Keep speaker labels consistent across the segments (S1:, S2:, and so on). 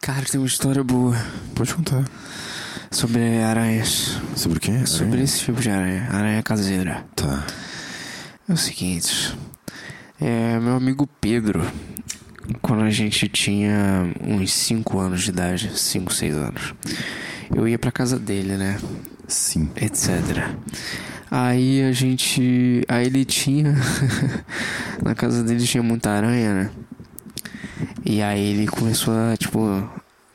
S1: Cara, tem uma história boa
S2: Pode contar.
S1: sobre aranhas.
S2: Sobre o quê?
S1: Sobre esse tipo de aranha. Aranha caseira.
S2: Tá.
S1: É o seguinte. É, meu amigo Pedro, quando a gente tinha uns 5 anos de idade, 5, 6 anos, eu ia pra casa dele, né?
S2: Sim.
S1: etc. Aí a gente. Aí ele tinha. na casa dele tinha muita aranha, né? E aí ele começou a, tipo,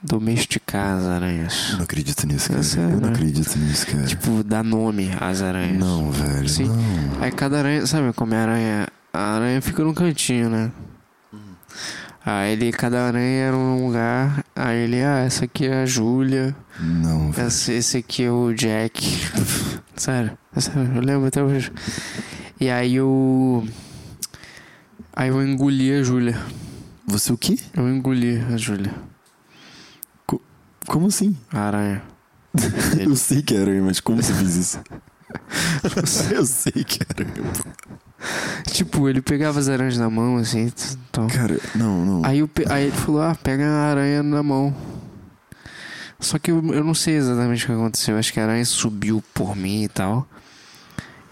S1: domesticar as aranhas.
S2: Eu não acredito nisso, cara.
S1: É sério,
S2: eu não
S1: né?
S2: acredito nisso, cara.
S1: Tipo, dar nome às aranhas.
S2: não, velho.
S1: Sim.
S2: Não.
S1: Aí cada aranha, sabe como é a aranha? A aranha fica num cantinho, né? Aí ele, cada aranha era um lugar. Aí ele, ah, essa aqui é a Júlia.
S2: Não, velho.
S1: Esse, esse aqui é o Jack. Sério, é sério, eu lembro até hoje. E aí eu. Aí eu engoli a Júlia.
S2: Você o quê?
S1: Eu engoli a Júlia.
S2: Como assim?
S1: A aranha.
S2: Eu sei que é aranha, mas como você fez isso? eu sei que é aranha.
S1: tipo, ele pegava as aranhas na mão, assim. t- Então.
S2: Cara, não, não.
S1: Aí, eu pe- aí ele falou: ah, pega a aranha na mão. Só que eu, eu não sei exatamente o que aconteceu. Acho que a aranha subiu por mim e tal.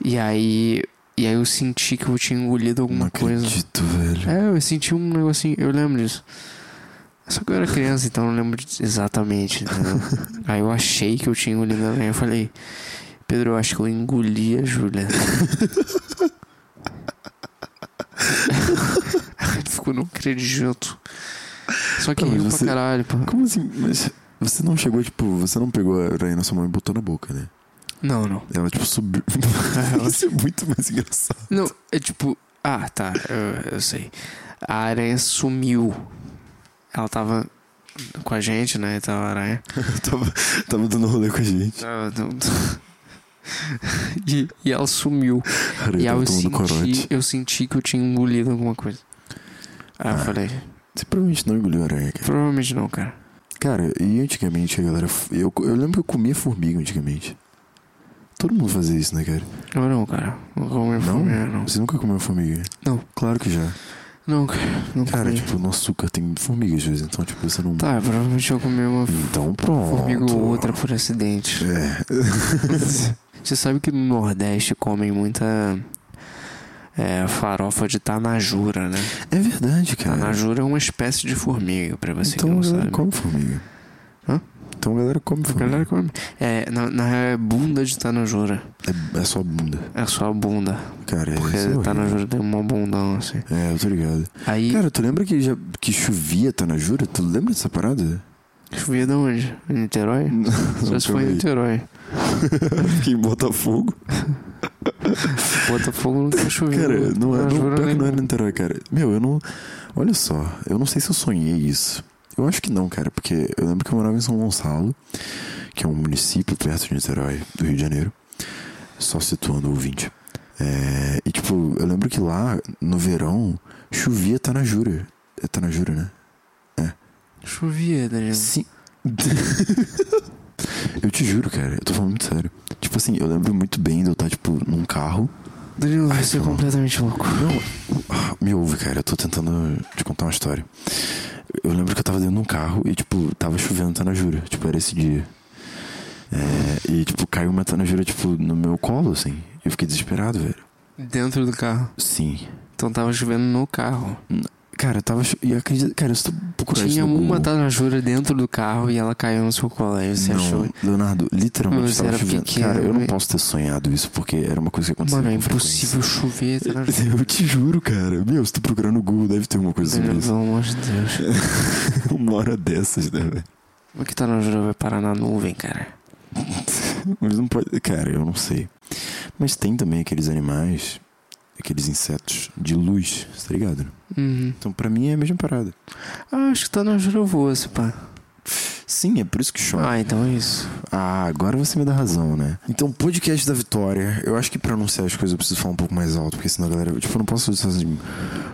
S1: E aí. E aí eu senti que eu tinha engolido
S2: não
S1: alguma coisa.
S2: acredito, velho.
S1: É, eu senti um negocinho, eu lembro disso. Só que eu era criança, então eu não lembro de- exatamente. entendeu? Aí eu achei que eu tinha engolido a aranha. Eu falei, Pedro, eu acho que eu engoli a Júlia. Ele ficou, não acredito. Só que
S2: Não, mas
S1: riu
S2: você-
S1: pra caralho, pô.
S2: Como assim? Mas você não chegou, tipo, você não pegou a aranha na sua mão e botou na boca, né?
S1: Não, não.
S2: Ela, tipo, subiu. Isso é muito mais engraçado.
S1: Não, é tipo. Ah, tá, eu, eu sei. A aranha sumiu. Ela tava com a gente, né? Tava a aranha.
S2: Eu tava, tava dando rolê com a gente.
S1: Ah, não- e, e ela sumiu.
S2: A aranha
S1: E aí
S2: tava
S1: eu
S2: tomando
S1: senti,
S2: corote.
S1: eu senti que eu tinha engolido alguma coisa. Aí eu
S2: Ah.
S1: falei,
S2: Você provavelmente não engoliu a aranha, cara.
S1: provavelmente não, cara.
S2: Cara, e antigamente a galera. Eu, eu lembro que eu comia formiga antigamente. Todo mundo fazia isso, né, cara?
S1: Eu não, cara. Não comi formiga, não.
S2: Você nunca comeu formiga?
S1: Não.
S2: Claro que já.
S1: Não, cara. Não
S2: Cara,
S1: comi.
S2: tipo, no açúcar tem formiga às vezes, então, tipo, você não.
S1: Tá, provavelmente eu comi uma
S2: Então, pronto.
S1: formiga ou outra por acidente.
S2: É.
S1: Você sabe que no Nordeste comem muita é, farofa de tanajura, né?
S2: é verdade, cara.
S1: Tanajura é uma espécie de formiga, pra você
S2: então
S1: que
S2: a
S1: não
S2: galera
S1: sabe.
S2: come formiga.
S1: né? Hã?
S2: Então a galera come
S1: A
S2: formiga.
S1: galera come. É, na, na real é bunda de tanajura.
S2: É, é só bunda.
S1: É só a bunda.
S2: Cara, é
S1: Porque
S2: isso é horrível.
S1: tanajura tem um bundão, assim.
S2: É, eu tô ligado.
S1: Aí,
S2: Cara, tu lembra que, já, que chovia Tanajura? Tu lembra dessa parada?
S1: chovia de onde? Em Niterói? Só se foi em
S2: Não foi.
S1: Niterói.
S2: Fiquei em Botafogo.
S1: Botafogo nunca choveu.
S2: Cara, não é. Não,
S1: Tanajura
S2: pior que
S1: nem-
S2: não era Niterói, cara. Meu, eu não. Olha só, eu não sei se eu sonhei isso. Eu acho que não, cara, porque eu lembro que eu morava em São Gonçalo, que é um município perto de Niterói, do Rio de Janeiro. Só situando o ouvinte. É, e tipo, eu lembro que lá, no verão, chovia Tanajura. É Tanajura, né? é-
S1: Chovia, Daniel.
S2: Sim. eu te juro, cara, eu tô falando muito sério. Tipo assim, eu lembro muito bem de eu estar, tipo, num carro.
S1: Danilo,
S2: Ai,
S1: você é
S2: tá bom.
S1: completamente louco.
S2: Ah, Me ouve, cara, eu tô tentando te contar uma história. Eu lembro que eu tava dentro de um carro e, tipo, tava chovendo Tanajura. Tipo, era esse dia. É, e, tipo, caiu uma Tanajura, tipo, no meu colo, assim. Eu fiquei desesperado, velho.
S1: Dentro do carro.
S2: Sim.
S1: Então tava chovendo no carro.
S2: Cara, eu tava. cho- E acredita. Cara, se tu procurar
S1: Tinha
S2: isso no
S1: uma
S2: Google-
S1: tanajura dentro do carro e ela caiu no seu colo. Aí você
S2: não,
S1: achou.
S2: Leonardo, literalmente
S1: Mas
S2: tava
S1: era
S2: chovendo.
S1: pequeno,
S2: cara, eu não
S1: né?
S2: posso ter sonhado isso porque era uma coisa que acontecia.
S1: Mano, é
S2: com
S1: impossível chover. tá Tanajura.
S2: frequência. Eu te juro, cara. Meu, se tu procurar no Google, deve ter alguma coisa sobre
S1: Danilo,
S2: isso.
S1: pelo amor de Deus.
S2: Uma hora dessas, né, velho?
S1: Como é que tanajura vai parar na nuvem, cara?
S2: Mas não pode. Cara, eu não sei. Mas tem também aqueles animais, aqueles insetos de luz, tá ligado? né?
S1: Uhum.
S2: Então, pra mim é a mesma parada.
S1: Ah, acho que tanajura voa, se pá.
S2: Sim, é por isso que chove.
S1: Ah, então é isso.
S2: Ah, agora você me dá razão, né? Então, podcast da Vitória. Eu acho que pra anunciar as coisas eu preciso falar um pouco mais alto, porque senão a galera. Tipo, eu não posso fazer assim.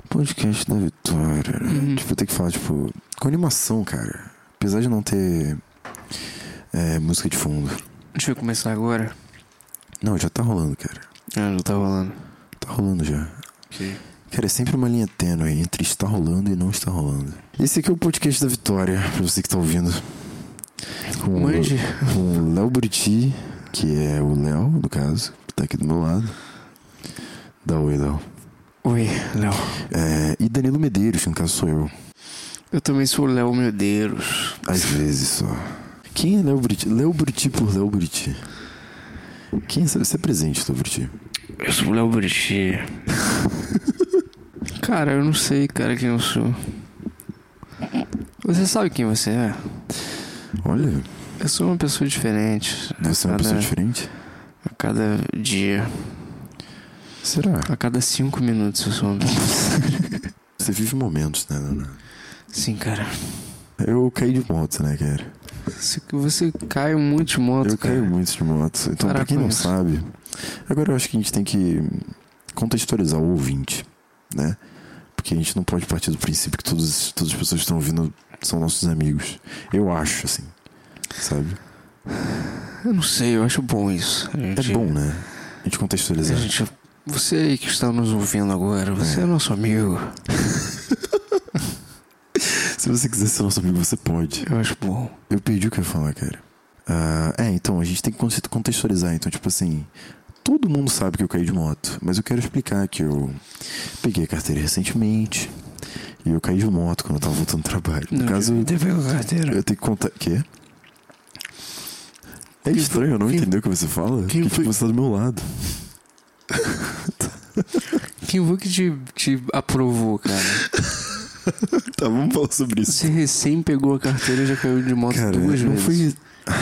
S2: Podcast da Vitória.
S1: Uhum.
S2: Tipo, eu tenho que falar, tipo, com animação, cara. Apesar de não ter é, música de fundo.
S1: Deixa eu começar agora.
S2: Não, já tá rolando, cara.
S1: Ah, já tá rolando.
S2: Tá rolando já. Cara, é sempre uma linha tênue entre está rolando e não está rolando. Esse aqui é o podcast da Vitória, pra você que tá ouvindo. Com o-
S1: Mande.
S2: com o Léo Buriti, que é o Léo, no caso, que tá aqui do meu lado. Dá oi, Léo.
S1: Oi, Léo.
S2: É, e Danilo Medeiros, que no caso sou eu.
S1: Eu também sou o Léo Medeiros.
S2: Às vezes só. Quem é Léo Buriti? Léo Buriti por Léo Buriti. Quem é? Você é presente, Léo Buriti.
S1: Eu sou o Léo Buriti. cara, eu não sei, cara, quem eu sou. Você sabe quem você é?
S2: Olha,
S1: Eu sou uma pessoa diferente. a
S2: você é uma
S1: cada-
S2: pessoa diferente?
S1: A cada dia,
S2: Será?
S1: a cada cinco minutos eu sou um uma pessoa.
S2: Você vive momentos, né, Dona?
S1: Sim, cara.
S2: Eu caí de moto, né, cara?
S1: Você- Você cai muito de moto,
S2: eu
S1: cara.
S2: caio muito de moto. Então,
S1: Para
S2: pra quem
S1: com
S2: não
S1: isso.
S2: sabe, agora eu acho que a gente tem que contextualizar o ouvinte, né? Porque a gente não pode partir do princípio que todos, todas as pessoas que estão ouvindo são nossos amigos. Eu acho, assim. Sabe?
S1: Eu não sei, eu acho bom isso. A
S2: É
S1: gente-
S2: bom, né? A gente
S1: a
S2: contextualizar.
S1: gente- você aí que está nos ouvindo agora, você é, nosso amigo.
S2: Se você quiser ser nosso amigo, você pode.
S1: Eu acho bom.
S2: Eu perdi o que eu ia falar, cara. Ah, é, então, a gente tem que con- contextualizar. Então, tipo assim, todo mundo sabe que eu caí de moto, mas eu quero explicar que eu peguei a carteira recentemente e eu caí de moto quando eu tava voltando do trabalho. No
S1: Não,
S2: caso,
S1: devia ter pego a carteira.
S2: eu tenho que contar. Quê? É
S1: Quem
S2: estranho, eu não
S1: quem-
S2: entender o que você fala.
S1: quem
S2: Porque
S1: foi-
S2: tipo, você tá do meu lado.
S1: Quem foi que te, te aprovou, cara?
S2: Tá, vamos falar sobre isso.
S1: Você recém pegou a carteira e já caiu de moto
S2: Cara,
S1: duas
S2: não
S1: vezes.
S2: foi.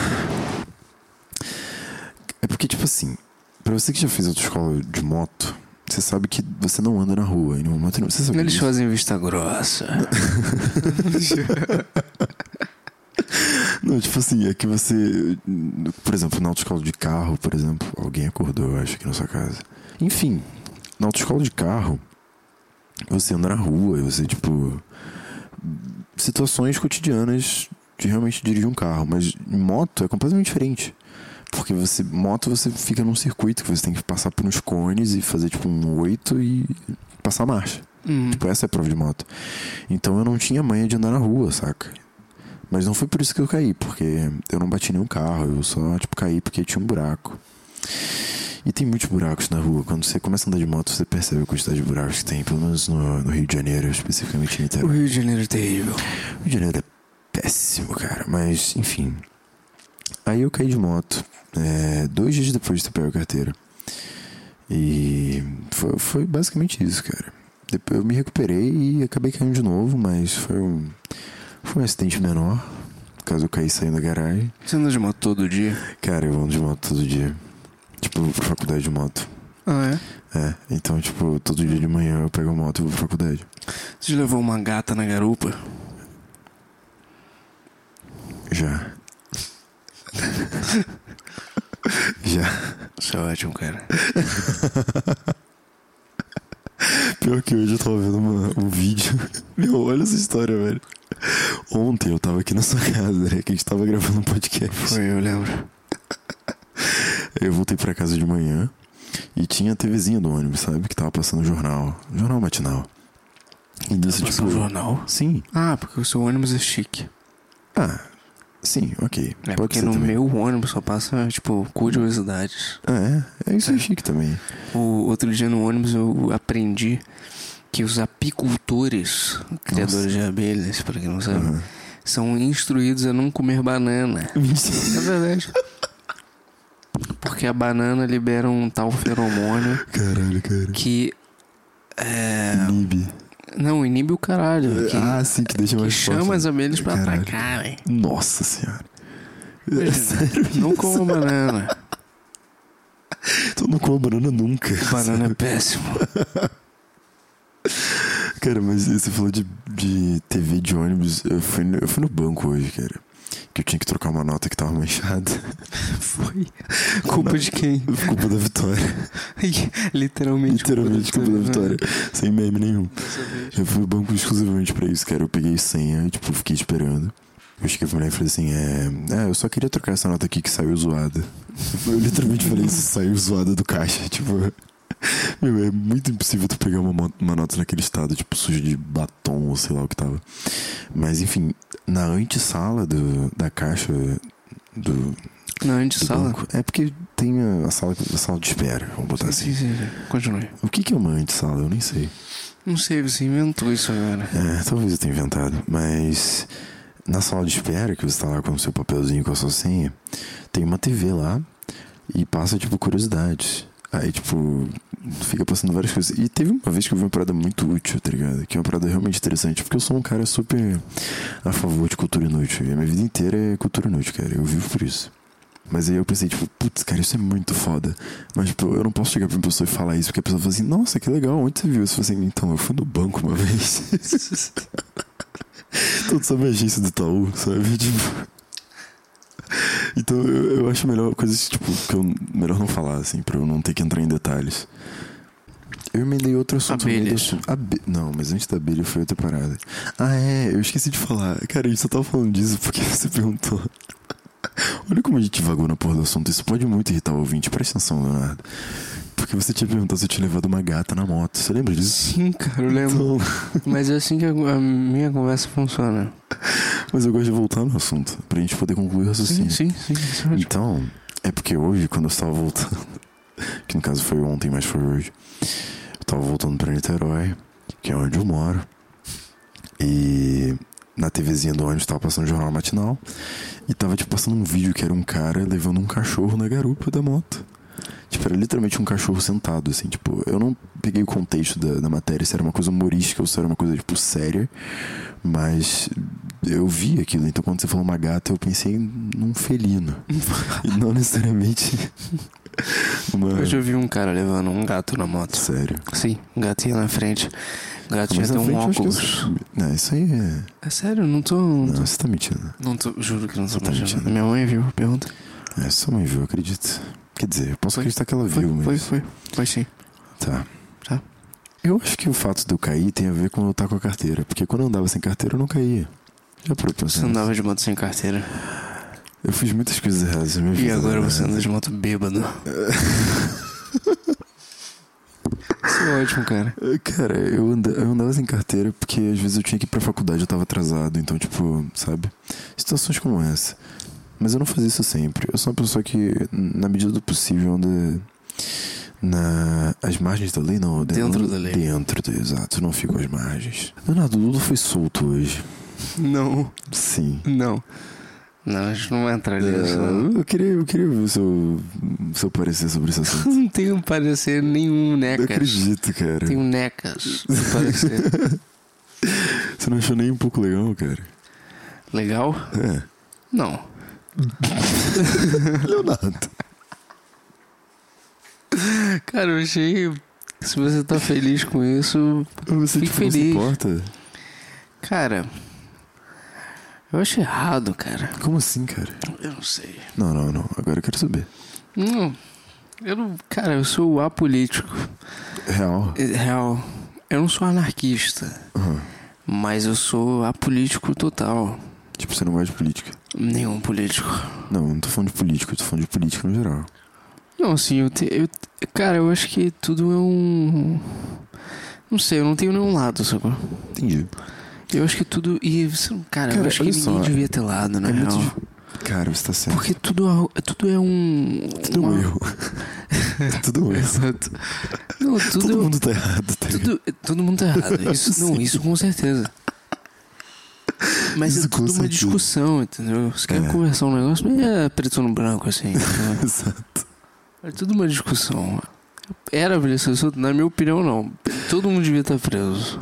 S2: É porque, tipo assim, pra você que já fez autoescola de moto, você sabe que você não anda na rua. Em uma moto, não- você sabe
S1: Eles
S2: disso?
S1: fazem vista grossa.
S2: Não, tipo assim, é que você. Por exemplo, na autoescola de carro, por exemplo, alguém acordou, eu acho, aqui na sua casa. Enfim, na autoescola de carro, você anda na rua, você, tipo. Situações cotidianas de realmente dirigir um carro, mas em moto é completamente diferente. Porque você, moto você fica num circuito que você tem que passar por uns cones e fazer tipo um 8 e passar marcha.
S1: Hum.
S2: Tipo, essa é a prova de moto. Então eu não tinha manha de andar na rua, saca? Mas não foi por isso que eu caí, porque eu não bati nenhum carro, eu só, tipo, caí porque tinha um buraco. E tem muitos buracos na rua. Quando você começa a andar de moto, você percebe a quantidade de buracos que tem, pelo menos no, no Rio de Janeiro, especificamente em
S1: O
S2: Niterói.
S1: Rio de Janeiro é terrível.
S2: Rio de Janeiro é péssimo, cara, mas enfim. Aí eu caí de moto, é, dois dias depois de ter pego a carteira. E foi, foi basicamente isso, cara. Depois eu me recuperei e acabei caindo de novo, mas foi um, foi um acidente menor. Caso eu caí saindo da garagem.
S1: Você anda de moto todo dia?
S2: Cara, eu ando de moto todo dia. Tipo, eu vou pra faculdade de moto.
S1: Ah, é?
S2: É, então, tipo, todo dia de manhã eu pego a moto e vou pra faculdade.
S1: Você já levou uma gata na garupa?
S2: Já. Já.
S1: Isso é ótimo, cara.
S2: Pior que hoje eu tava vendo uma- um vídeo. Meu, olha essa história, velho. Ontem eu tava aqui na sua casa, né? Que a gente tava gravando um podcast.
S1: Foi, eu lembro.
S2: Eu voltei pra casa de manhã e tinha a TVzinha do ônibus, sabe? Que tava passando jornal. Jornal matinal. E desse
S1: Passou
S2: tipo.
S1: o Tá jornal?
S2: Sim.
S1: Ah, porque o seu ônibus é chique.
S2: Ah, sim, ok.
S1: É
S2: Pode
S1: porque
S2: ser
S1: no
S2: também.
S1: meu ônibus só passa, tipo, curiosidades.
S2: Ah, é? É isso é chique também.
S1: O outro dia no ônibus eu aprendi que os apicultores, criadores de abelhas, pra quem não sabe,
S2: Aham.
S1: são instruídos a não comer banana. É verdade. Porque a banana libera um tal feromônio
S2: Caralho, cara.
S1: que. É,
S2: Inibe.
S1: não, inibe o caralho. Que,
S2: ah, sim, que deixa
S1: que
S2: mais forte,
S1: chama
S2: né?
S1: as abelhas pra
S2: Caralho.
S1: atacar, velho.
S2: Nossa senhora. É sério
S1: Não
S2: isso?
S1: coma banana.
S2: Tu não come banana nunca.
S1: Banana é péssimo.
S2: Cara, mas você falou de, de TV de ônibus. Eu fui, no, eu fui no banco hoje, cara. Que eu tinha que trocar uma nota que tava manchada.
S1: Foi. Culpa de quem?
S2: Culpa da vitória.
S1: Literalmente.
S2: Literalmente culpa
S1: né?
S2: da vitória. Sem meme nenhum.
S1: Dessa vez.
S2: Eu fui no banco exclusivamente pra isso, cara. Eu peguei senha e, tipo, fiquei esperando. Eu cheguei pra mulher e falei assim: é. Ah, eu só queria trocar essa nota aqui que saiu zoada. Eu literalmente falei isso, saiu zoada do caixa. Tipo. Meu, é muito impossível tu pegar uma, mo- uma nota naquele estado, tipo, sujo de batom ou sei lá o que tava. Mas enfim, na antessala do, da caixa do,
S1: Na
S2: do
S1: antessala.
S2: banco. É porque tem a, a sala, a sala de espera, vamos botar assim.
S1: Sim, sim, sim. Continue.
S2: O que, que é uma antessala? Eu nem sei.
S1: Não sei, você inventou isso agora.
S2: É, talvez eu tenha inventado, mas na sala de espera, que você tá lá com o seu papelzinho com a sua senha, tem uma TV lá e passa, tipo, curiosidades. Aí, tipo, fica passando várias coisas. E teve uma vez que eu vi uma parada muito útil, tá ligado? Que é uma parada realmente interessante, porque eu sou um cara super a favor de cultura inútil. E a minha vida inteira é cultura inútil, cara. Eu vivo por isso. Mas aí eu pensei, tipo, putz, cara, isso é muito foda. Mas, tipo, eu não posso chegar pra uma pessoa e falar isso, porque a pessoa fala assim, nossa, que legal, onde você viu isso? Eu falei assim, então, eu fui no banco uma vez. Tudo sobre a agência do Itaú, sabe? Tipo. Então eu, eu acho melhor coisas tipo, que eu melhor não falar, assim, pra eu não ter que entrar em detalhes. Eu emendei outro assunto. no meio do
S1: Abelhas.
S2: assunto. Abe- Não, mas antes da abelha foi outra parada. Ah, é, eu esqueci de falar. Cara, a gente só tava falando disso porque você perguntou. Olha como a gente vagou na porra do assunto. Isso pode muito irritar o ouvinte. Presta atenção, Leonardo. Porque você tinha perguntado se eu tinha levado uma gata na moto. Você lembra disso?
S1: Sim, cara, eu lembro.
S2: Então,
S1: Mas é assim que a, a minha conversa funciona.
S2: mas eu gosto de voltar no assunto, pra gente poder concluir o raciocínio.
S1: Sim, sim, sim. sim, ótimo.
S2: Então, é porque hoje, quando eu estava voltando, que no caso foi ontem, mas foi hoje, eu estava voltando para Niterói, que é onde eu moro, e na TVzinha do ônibus estava passando o jornal matinal, e tava tipo passando um vídeo que era um cara levando um cachorro na garupa da moto. Tipo, era literalmente um cachorro sentado, assim, tipo, eu não peguei o contexto da, da matéria, se era uma coisa humorística ou se era uma coisa, tipo, séria, mas eu vi aquilo, então quando você falou uma gata, eu pensei num felino. E não necessariamente uma.
S1: Hoje eu vi um cara levando um gato na moto.
S2: Sério.
S1: Sim, um gato ia na frente. O gato tinha
S2: Mas
S1: até
S2: na
S1: um
S2: frente eu acho que
S1: óculos.
S2: eu- Não, isso aí é.
S1: É sério, não tô. Não, tô-
S2: Não, você tá mentindo.
S1: não tô- juro que não tô
S2: Tá mentindo.
S1: mentindo. Minha mãe viu a pergunta.
S2: É, sua mãe viu, eu acredito. Quer dizer, eu posso
S1: Foi,
S2: acreditar que ela
S1: Foi,
S2: viu, mas.
S1: foi, foi. Foi sim.
S2: Tá.
S1: Tá.
S2: Eu acho que o fato de eu cair tem a ver com eu estar com a carteira. Porque quando eu andava sem carteira, eu não caía. Já parou pra
S1: Você
S2: pensar nisso?
S1: andava de moto sem carteira.
S2: Eu fiz muitas coisas erradas na minha
S1: E
S2: vida.
S1: agora
S2: né?
S1: você anda de moto bêbado. Isso é ótimo, cara.
S2: Eh, Cara, eu, anda- eu andava sem carteira porque às vezes eu tinha que ir pra faculdade, eu tava atrasado, então, tipo, sabe? Situações como essa. Mas eu não fazia isso sempre. Eu sou uma pessoa que, na medida do possível, anda na as margens da lei, não.
S1: Dentro
S2: não-
S1: da lei.
S2: Dentro, da- exato. Eu não fico às margens. Leonardo, o Lula foi solto hoje.
S1: Não,
S2: Sim.
S1: não. Não, a gente não vai entrar nisso. não.
S2: Eh, eu, queria, eu queria ver o seu, seu parecer sobre esse assunto.
S1: Não tenho parecer nenhum,
S2: Eu
S1: necas.
S2: acredito, cara.
S1: Tenho necas. do Parecer.
S2: Você não achou nem um pouco legal, cara?
S1: Legal?
S2: É.
S1: Não.
S2: Leonardo.
S1: Cara, eu achei. Se você tá feliz com isso.
S2: Você
S1: Fique
S2: tipo, não se
S1: feliz.
S2: importa?
S1: Cara. Eu acho errado, cara.
S2: Como assim, cara?
S1: Eu não sei.
S2: Não, não, não. Agora eu quero saber.
S1: Não. Eu não. Cara, eu sou apolítico.
S2: Real.
S1: É Real. Eu não sou anarquista.
S2: Aham.
S1: Mas eu sou apolítico total.
S2: Tipo, você não gosta de política.
S1: Nenhum político.
S2: Não, eu não tô falando de político, eu tô falando de política no geral.
S1: Não, assim, eu, te- eu- Cara, eu acho que tudo é um. Não sei, eu não tenho nenhum lado, sacou?
S2: Entendi.
S1: Eu acho que tudo. E, você não- cara,
S2: Cara,
S1: eu acho que
S2: olha
S1: ninguém
S2: só,
S1: devia ter lado, na
S2: é muito
S1: real.
S2: dif- Cara, você tá certo.
S1: Porque tudo, é- tudo é um.
S2: Tudo é um
S1: uma-
S2: erro. Tudo é um erro.
S1: Exato. Não, tudo.
S2: Todo mundo tá errado, tá ligado?
S1: tudo- todo mundo tá errado. Isso, não,
S2: Sim.
S1: isso com certeza. Mas
S2: Isso
S1: é
S2: com
S1: tudo uma
S2: certeza.
S1: discussão, entendeu? Você quer
S2: É.
S1: conversar um negócio, não é preto no branco, assim. entendeu?
S2: Exato.
S1: é tudo uma discussão. Era pra isso, isso- na minha opinião, não. Todo mundo devia estar preso.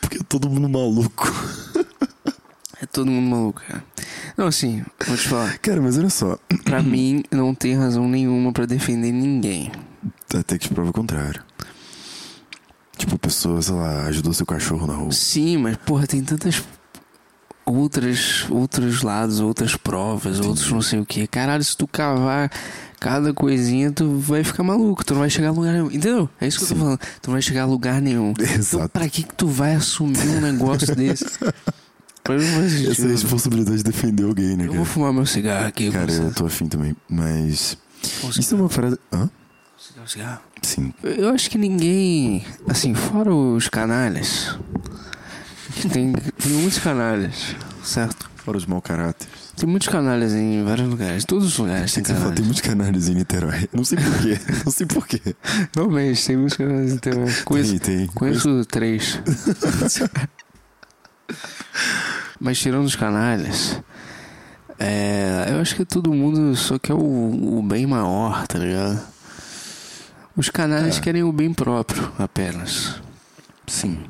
S2: Porque é todo mundo maluco.
S1: É todo mundo maluco, cara. Não, assim, vou te falar.
S2: Cara, mas olha só.
S1: Pra mim, não tem razão nenhuma pra defender ninguém.
S2: Tá, Até que te prova o contrário. Tipo, a pessoa, sei lá, ajudou seu cachorro na rua.
S1: Sim, mas porra, tem tantas outras outros lados, outras provas, outros não sei o que. Caralho, se tu cavar cada coisinha, tu vai ficar maluco, tu não vai chegar a lugar nenhum. Entendeu? É isso que eu
S2: Sim.
S1: tô falando. Tu não vai chegar a lugar nenhum. Então,
S2: Exato.
S1: pra que que tu vai assumir um negócio desse? Pra mim não faz
S2: Essa é a
S1: sentido.
S2: responsabilidade de defender alguém, né,
S1: Eu
S2: cara?
S1: vou fumar meu cigarro aqui.
S2: Cara,
S1: com
S2: eu
S1: você.
S2: tô afim também, mas Isso é uma frase. Hã?
S1: Cigarro, cigarro.
S2: Sim.
S1: Eu acho que ninguém, assim, fora os canalhas, que tem, tem muitos canalhas, certo?
S2: Fora os mau caráteres.
S1: Tem muitos canalhas em vários lugares, todos os lugares tem
S2: Tem, que você fala,
S1: canalhas.
S2: tem muitos canalhas em Niterói. Não sei porquê. não sei porquê.
S1: Realmente, tem muitos canalhas então, em Niterói. Conheço,
S2: Tem, tem.
S1: conheço três. Mas tirando os canalhas, é, eu acho que todo mundo só quer o, o bem maior, tá ligado? Os canalhas
S2: É.
S1: querem o bem próprio apenas.
S2: Sim.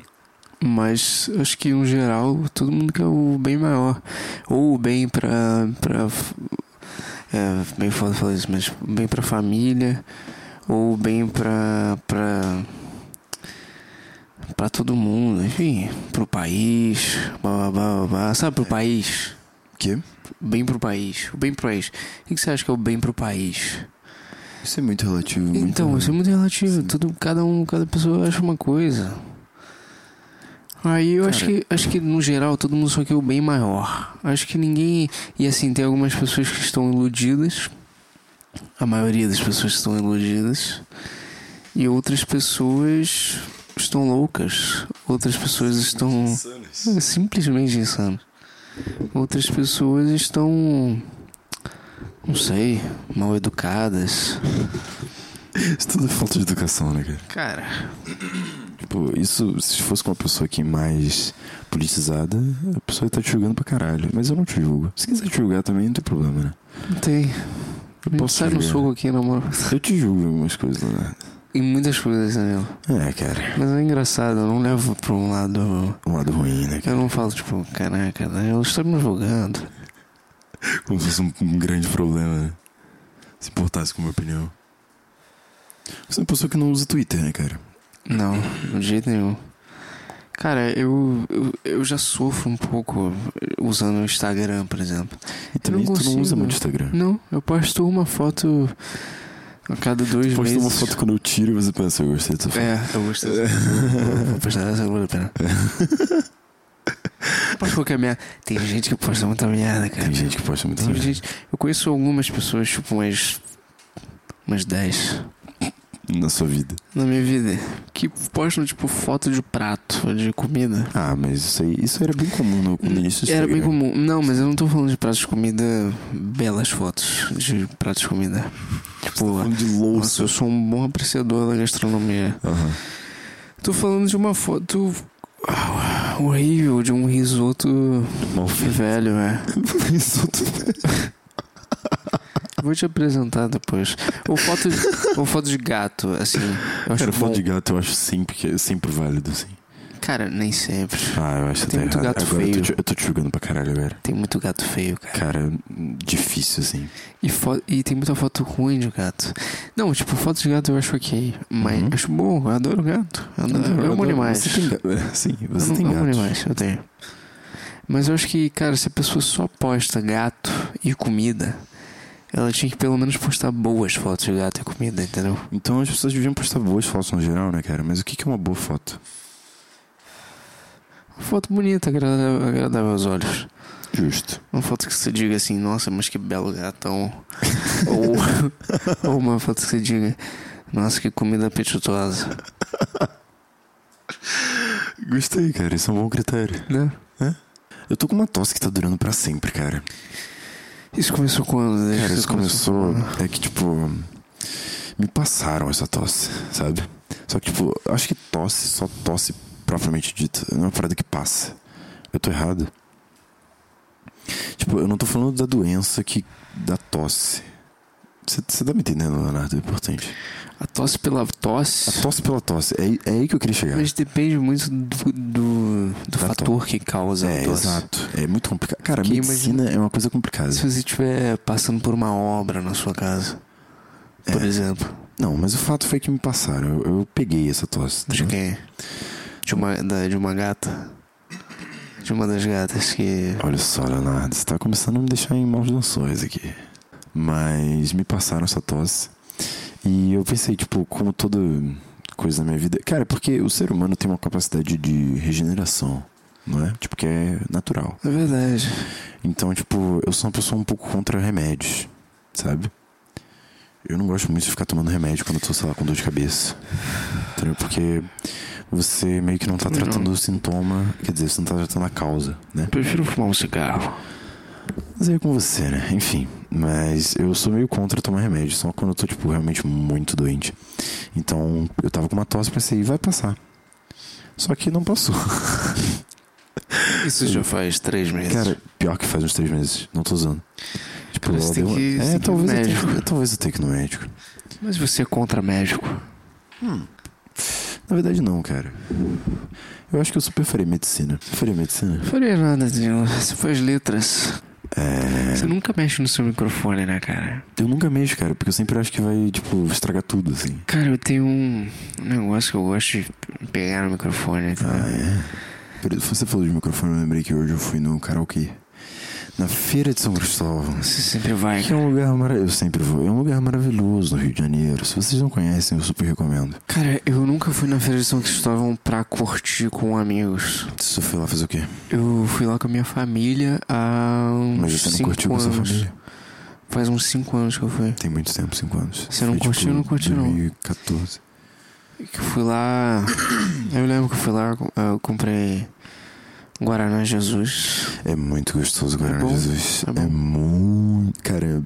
S1: Mas acho que no geral todo mundo quer o bem maior. Ou o bem pra. pra é, bem foda falar isso, mas o bem pra família, ou o bem pra. pra. pra todo mundo, enfim, pro país, blá blá blá blá, blá. Sabe pro país?
S2: O quê?
S1: Bem pro país. O bem pro país. O que que você acha que é o bem pro país?
S2: Isso é muito relativo. muito-
S1: Então, isso é muito relativo.
S2: Sim.
S1: Tudo, cada um, cada pessoa acha uma coisa. Aí eu acho
S2: Cara.
S1: que, acho que no geral todo mundo só quer o bem maior. Acho que ninguém. E assim, tem algumas pessoas que estão iludidas. A maioria das pessoas estão iludidas. E outras pessoas estão loucas. Outras pessoas estão.
S2: Insanos.
S1: é Simplesmente insano. Outras pessoas estão. Não sei, mal educadas.
S2: Isso tudo é falta de educação, né, cara?
S1: Cara,
S2: Tipo, isso, se fosse com uma pessoa aqui mais politizada, a pessoa ia tá te julgando pra caralho. Mas eu não te julgo. Se quiser te julgar também, não tem problema, né?
S1: Não tem.
S2: Eu
S1: Não
S2: posso
S1: sai no
S2: julgar.
S1: soco aqui, na moral.
S2: Eu te julgo em algumas coisas, né?
S1: Em muitas coisas, Danilo.
S2: É, cara.
S1: Mas é engraçado, eu não levo pra um lado.
S2: Um lado ruim, né, cara?
S1: Eu não falo, tipo, caraca, né? eu estou me julgando.
S2: Como se fosse um, um grande problema, né? Se importasse com a minha opinião. Você é uma pessoa que não usa Twitter, né, cara?
S1: Não, de jeito nenhum. Cara, eu, eu, eu já sofro um pouco usando o Instagram, por exemplo.
S2: E também
S1: não
S2: tu não usa
S1: consigo.
S2: muito Instagram.
S1: Não, eu posto uma foto a cada dois
S2: Posta
S1: meses.
S2: uma foto quando eu tiro e você pensa, eu gostei dessa foto.
S1: É, eu gostei. Vou postar essa agora, pera. Posta qualquer merda. Tem gente que posta muita merda, cara.
S2: Tem gente que posta muito
S1: Tem
S2: Instagram.
S1: gente- eu conheço algumas pessoas, tipo umas. umas 10
S2: na sua vida.
S1: na minha vida, que postam, tipo, foto de prato, de comida.
S2: Ah, mas isso aí, isso era bem comum no, no início do
S1: Era bem
S2: Instagram.
S1: comum. Não, mas eu não tô falando de pratos de comida, belas fotos de pratos de comida. Tipo,
S2: tá Falando de louça.
S1: nossa, eu sou um bom apreciador da gastronomia.
S2: Aham.
S1: Tô falando de uma foto ah, horrível, de um risoto
S2: Mal feito.
S1: velho, é.
S2: Isso tudo.
S1: Vou te apresentar depois. Ou foto, ou foto de gato, assim. Eu acho
S2: Cara,
S1: bom.
S2: foto de gato eu acho sempre, que é sempre válido, assim.
S1: Cara, nem sempre.
S2: Ah, eu acho
S1: Tem
S2: até
S1: muito
S2: errado.
S1: gato
S2: Agora Eu, tô
S1: feio. É.
S2: te, eu tô te julgando pra caralho, velho.
S1: Tem muito gato feio, cara.
S2: Cara, difícil, assim.
S1: E, fo- e tem muita foto ruim de gato. Não, tipo, foto de gato eu acho ok. Mas
S2: Uhum. É,
S1: acho bom, eu adoro gato. Eu, adoro, eu, amo animais.
S2: Você tem gato. Sim, você
S1: eu
S2: tem
S1: amo
S2: gato.
S1: animais, eu tenho. Mas eu acho que, cara, se a pessoa só posta gato e comida, ela tinha que pelo menos postar boas fotos de gato e comida, entendeu?
S2: Então as pessoas deviam postar boas fotos no geral, né, cara? Mas o que que é uma boa foto?
S1: Uma foto bonita, agradável, agradável aos olhos.
S2: Justo.
S1: Uma foto que você diga assim, nossa, mas que belo gatão. ou, ou uma foto que você diga, nossa, que comida apetitosa.
S2: Gostei, cara. Isso é um bom critério.
S1: Né?
S2: Eu tô com uma tosse que tá durando pra sempre, cara.
S1: Isso começou quando? Desde
S2: Cara,
S1: que
S2: isso
S1: É, você
S2: começou.
S1: a falar?
S2: É que, tipo. Me passaram essa tosse, sabe? Só que, tipo, eu acho que tosse, só tosse propriamente dita. Não é uma parada que passa. Eu tô errado. Tipo, eu não tô falando da doença que. da tosse. Você tá me entendendo, Leonardo? É importante.
S1: A tosse pela
S2: A
S1: tosse.
S2: tosse pela tosse. É, é aí que eu queria chegar.
S1: Mas depende muito do, do, do
S2: Da
S1: fator que causa
S2: Então. É,
S1: a tosse.
S2: exato. É muito complicado. Cara, a
S1: Que
S2: medicina é uma coisa complicada.
S1: Se você estiver passando por uma obra na sua casa, por
S2: É.
S1: exemplo,
S2: Não, mas o fato foi que me passaram. Eu, eu peguei essa tosse. tá
S1: de
S2: entendeu?
S1: quem? De uma, da- de uma gata? De uma das gatas que.
S2: Olha só, Leonardo, você tá começando a me deixar em maus lençóis aqui. Mas me passaram essa tosse. E eu pensei, tipo, como toda coisa na minha vida. Cara, porque o ser humano tem uma capacidade de regeneração, não é? Tipo, que é natural.
S1: É verdade.
S2: Então, tipo, eu sou uma pessoa um pouco contra remédios, sabe? Eu não gosto muito de ficar tomando remédio quando eu tô, sei lá, com dor de cabeça. Entendeu? Porque você meio que não tá
S1: Também não.
S2: tratando o sintoma, quer dizer, você não tá tratando a causa, né?
S1: Prefiro fumar um cigarro.
S2: Mas aí é com você, né? Enfim. Mas eu sou meio contra tomar remédio, só quando eu tô, tipo, realmente muito doente. Então, eu tava com uma tosse, pensei, vai passar. Só que não passou.
S1: Isso já faz três meses.
S2: Cara, pior que faz uns três meses, não tô usando. Tipo,
S1: Cara,
S2: ela
S1: você tem
S2: deu uma-
S1: que- você
S2: É,
S1: tem que ir
S2: talvez
S1: no
S2: eu, tenha
S1: médico.
S2: que, talvez eu tenha que ir no médico.
S1: Mas você é contra médico.
S2: Na verdade, não, cara. Eu acho que eu super faria medicina. Você faria medicina?
S1: Não faria nada, Dino. Você faz letras.
S2: É.
S1: Você nunca mexe no seu microfone, né, cara?
S2: Eu nunca mexo, cara, porque eu sempre acho que vai, tipo, estragar tudo, assim.
S1: Cara, eu tenho um um negócio que eu gosto de pegar no microfone. entendeu?
S2: Ah, é? Peraí, Você falou de microfone, eu lembrei que hoje eu fui no karaokê. Na Feira de São Cristóvão.
S1: Você sempre vai.
S2: Que é um lugar maravilhoso. Eu sempre vou. É um lugar maravilhoso no Rio de Janeiro. Se vocês não conhecem, eu super recomendo.
S1: Cara, eu nunca fui na Feira de São Cristóvão pra curtir com amigos.
S2: Você foi lá fazer o quê?
S1: Eu fui lá com a minha família há uns
S2: Mas você não
S1: cinco
S2: curtiu com a
S1: anos.
S2: sua família?
S1: Faz uns 5 anos que eu fui.
S2: Tem muito tempo, 5 anos.
S1: Você não
S2: Foi, tipo,
S1: curtiu, não curtiu, não.
S2: 2014.
S1: Que eu fui lá. Eu lembro que eu fui lá, eu comprei Guaraná Jesus.
S2: É muito gostoso o
S1: É
S2: Guaraná
S1: bom,
S2: Jesus.
S1: é
S2: É,
S1: bom.
S2: muito. Cara,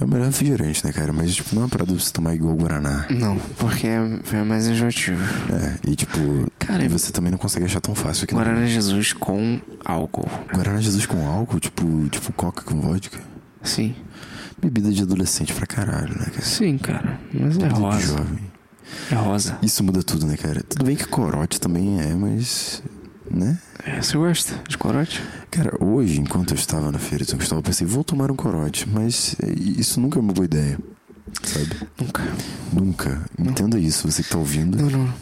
S2: é o melhor refrigerante, né, cara? Mas, tipo, não é uma parada pra você tomar igual Guaraná.
S1: Não, porque é, é mais enjoativo.
S2: É, e, tipo,
S1: Cara,
S2: e você também não consegue achar tão fácil aqui. né?
S1: Guaraná Jesus com álcool.
S2: Guaraná Jesus com álcool, tipo, tipo coca com vodka.
S1: Sim.
S2: Bebida de adolescente pra caralho, né, cara?
S1: Sim, cara. Mas é
S2: Bebida Tá de
S1: rosa.
S2: jovem.
S1: É rosa.
S2: Isso muda tudo, né, cara? Tudo bem que corote também é, mas. Né?
S1: É, você gosta de corote?
S2: Cara, hoje, enquanto eu estava na feira de São Cristóvão, eu pensei, vou tomar um corote, mas é, isso nunca é uma boa ideia. Sabe?
S1: Nunca.
S2: Nunca.
S1: Não.
S2: Entenda isso, você que tá ouvindo.
S1: Não, não.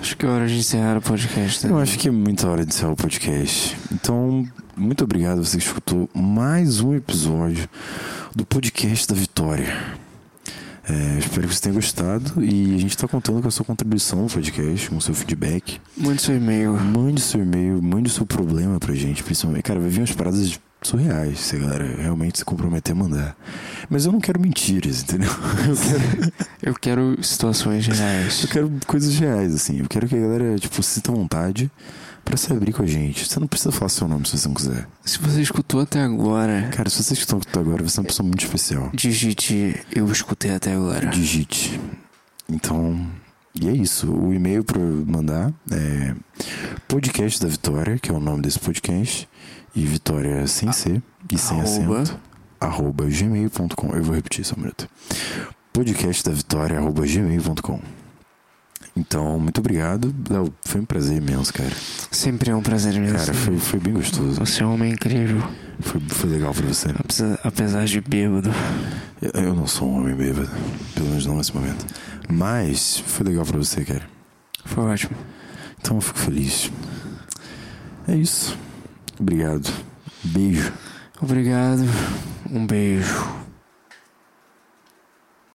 S1: Acho que é hora de encerrar o podcast. né?
S2: Eu acho que é muita hora de encerrar o podcast. Então, muito obrigado você que escutou mais um episódio do podcast da Vitória. É, espero que você tenha gostado e a gente está contando com a sua contribuição no podcast, com o seu feedback.
S1: Mande seu e-mail.
S2: Mande seu e-mail, mande seu problema pra gente, principalmente. Cara, vai vir umas paradas surreais se a galera realmente se comprometer a mandar. Mas eu não quero mentiras, entendeu? Eu quero,
S1: Eu quero situações reais.
S2: eu quero coisas reais, assim. Eu quero que a galera, tipo, se sinta à vontade pra se abrir com a gente. Você não precisa falar seu nome se você não quiser.
S1: Se você escutou até agora,
S2: Cara, se vocês que estão escutando agora, você é uma pessoa muito especial.
S1: digite eu escutei até agora.
S2: Digite. Então, e é isso. O e-mail pra eu mandar é podcast da Vitória, que é o nome desse podcast, e Vitória sem C e sem
S1: Arroba.
S2: acento, arroba gmail.com. Eu vou repetir só um minuto. Podcast da Vitória, arroba gmail.com. Então, muito obrigado. Léo, foi um prazer imenso, cara.
S1: Sempre é um prazer imenso.
S2: Cara, foi, foi bem gostoso.
S1: Você é um homem incrível,
S2: Foi, foi legal pra você.
S1: apesa- apesar de bêbado.
S2: Eu- Eu não sou um homem bêbado, pelo menos não nesse momento. Mas foi legal pra você, cara.
S1: Foi ótimo.
S2: Então eu fico feliz. É isso. Obrigado. Beijo.
S1: Obrigado. Um beijo.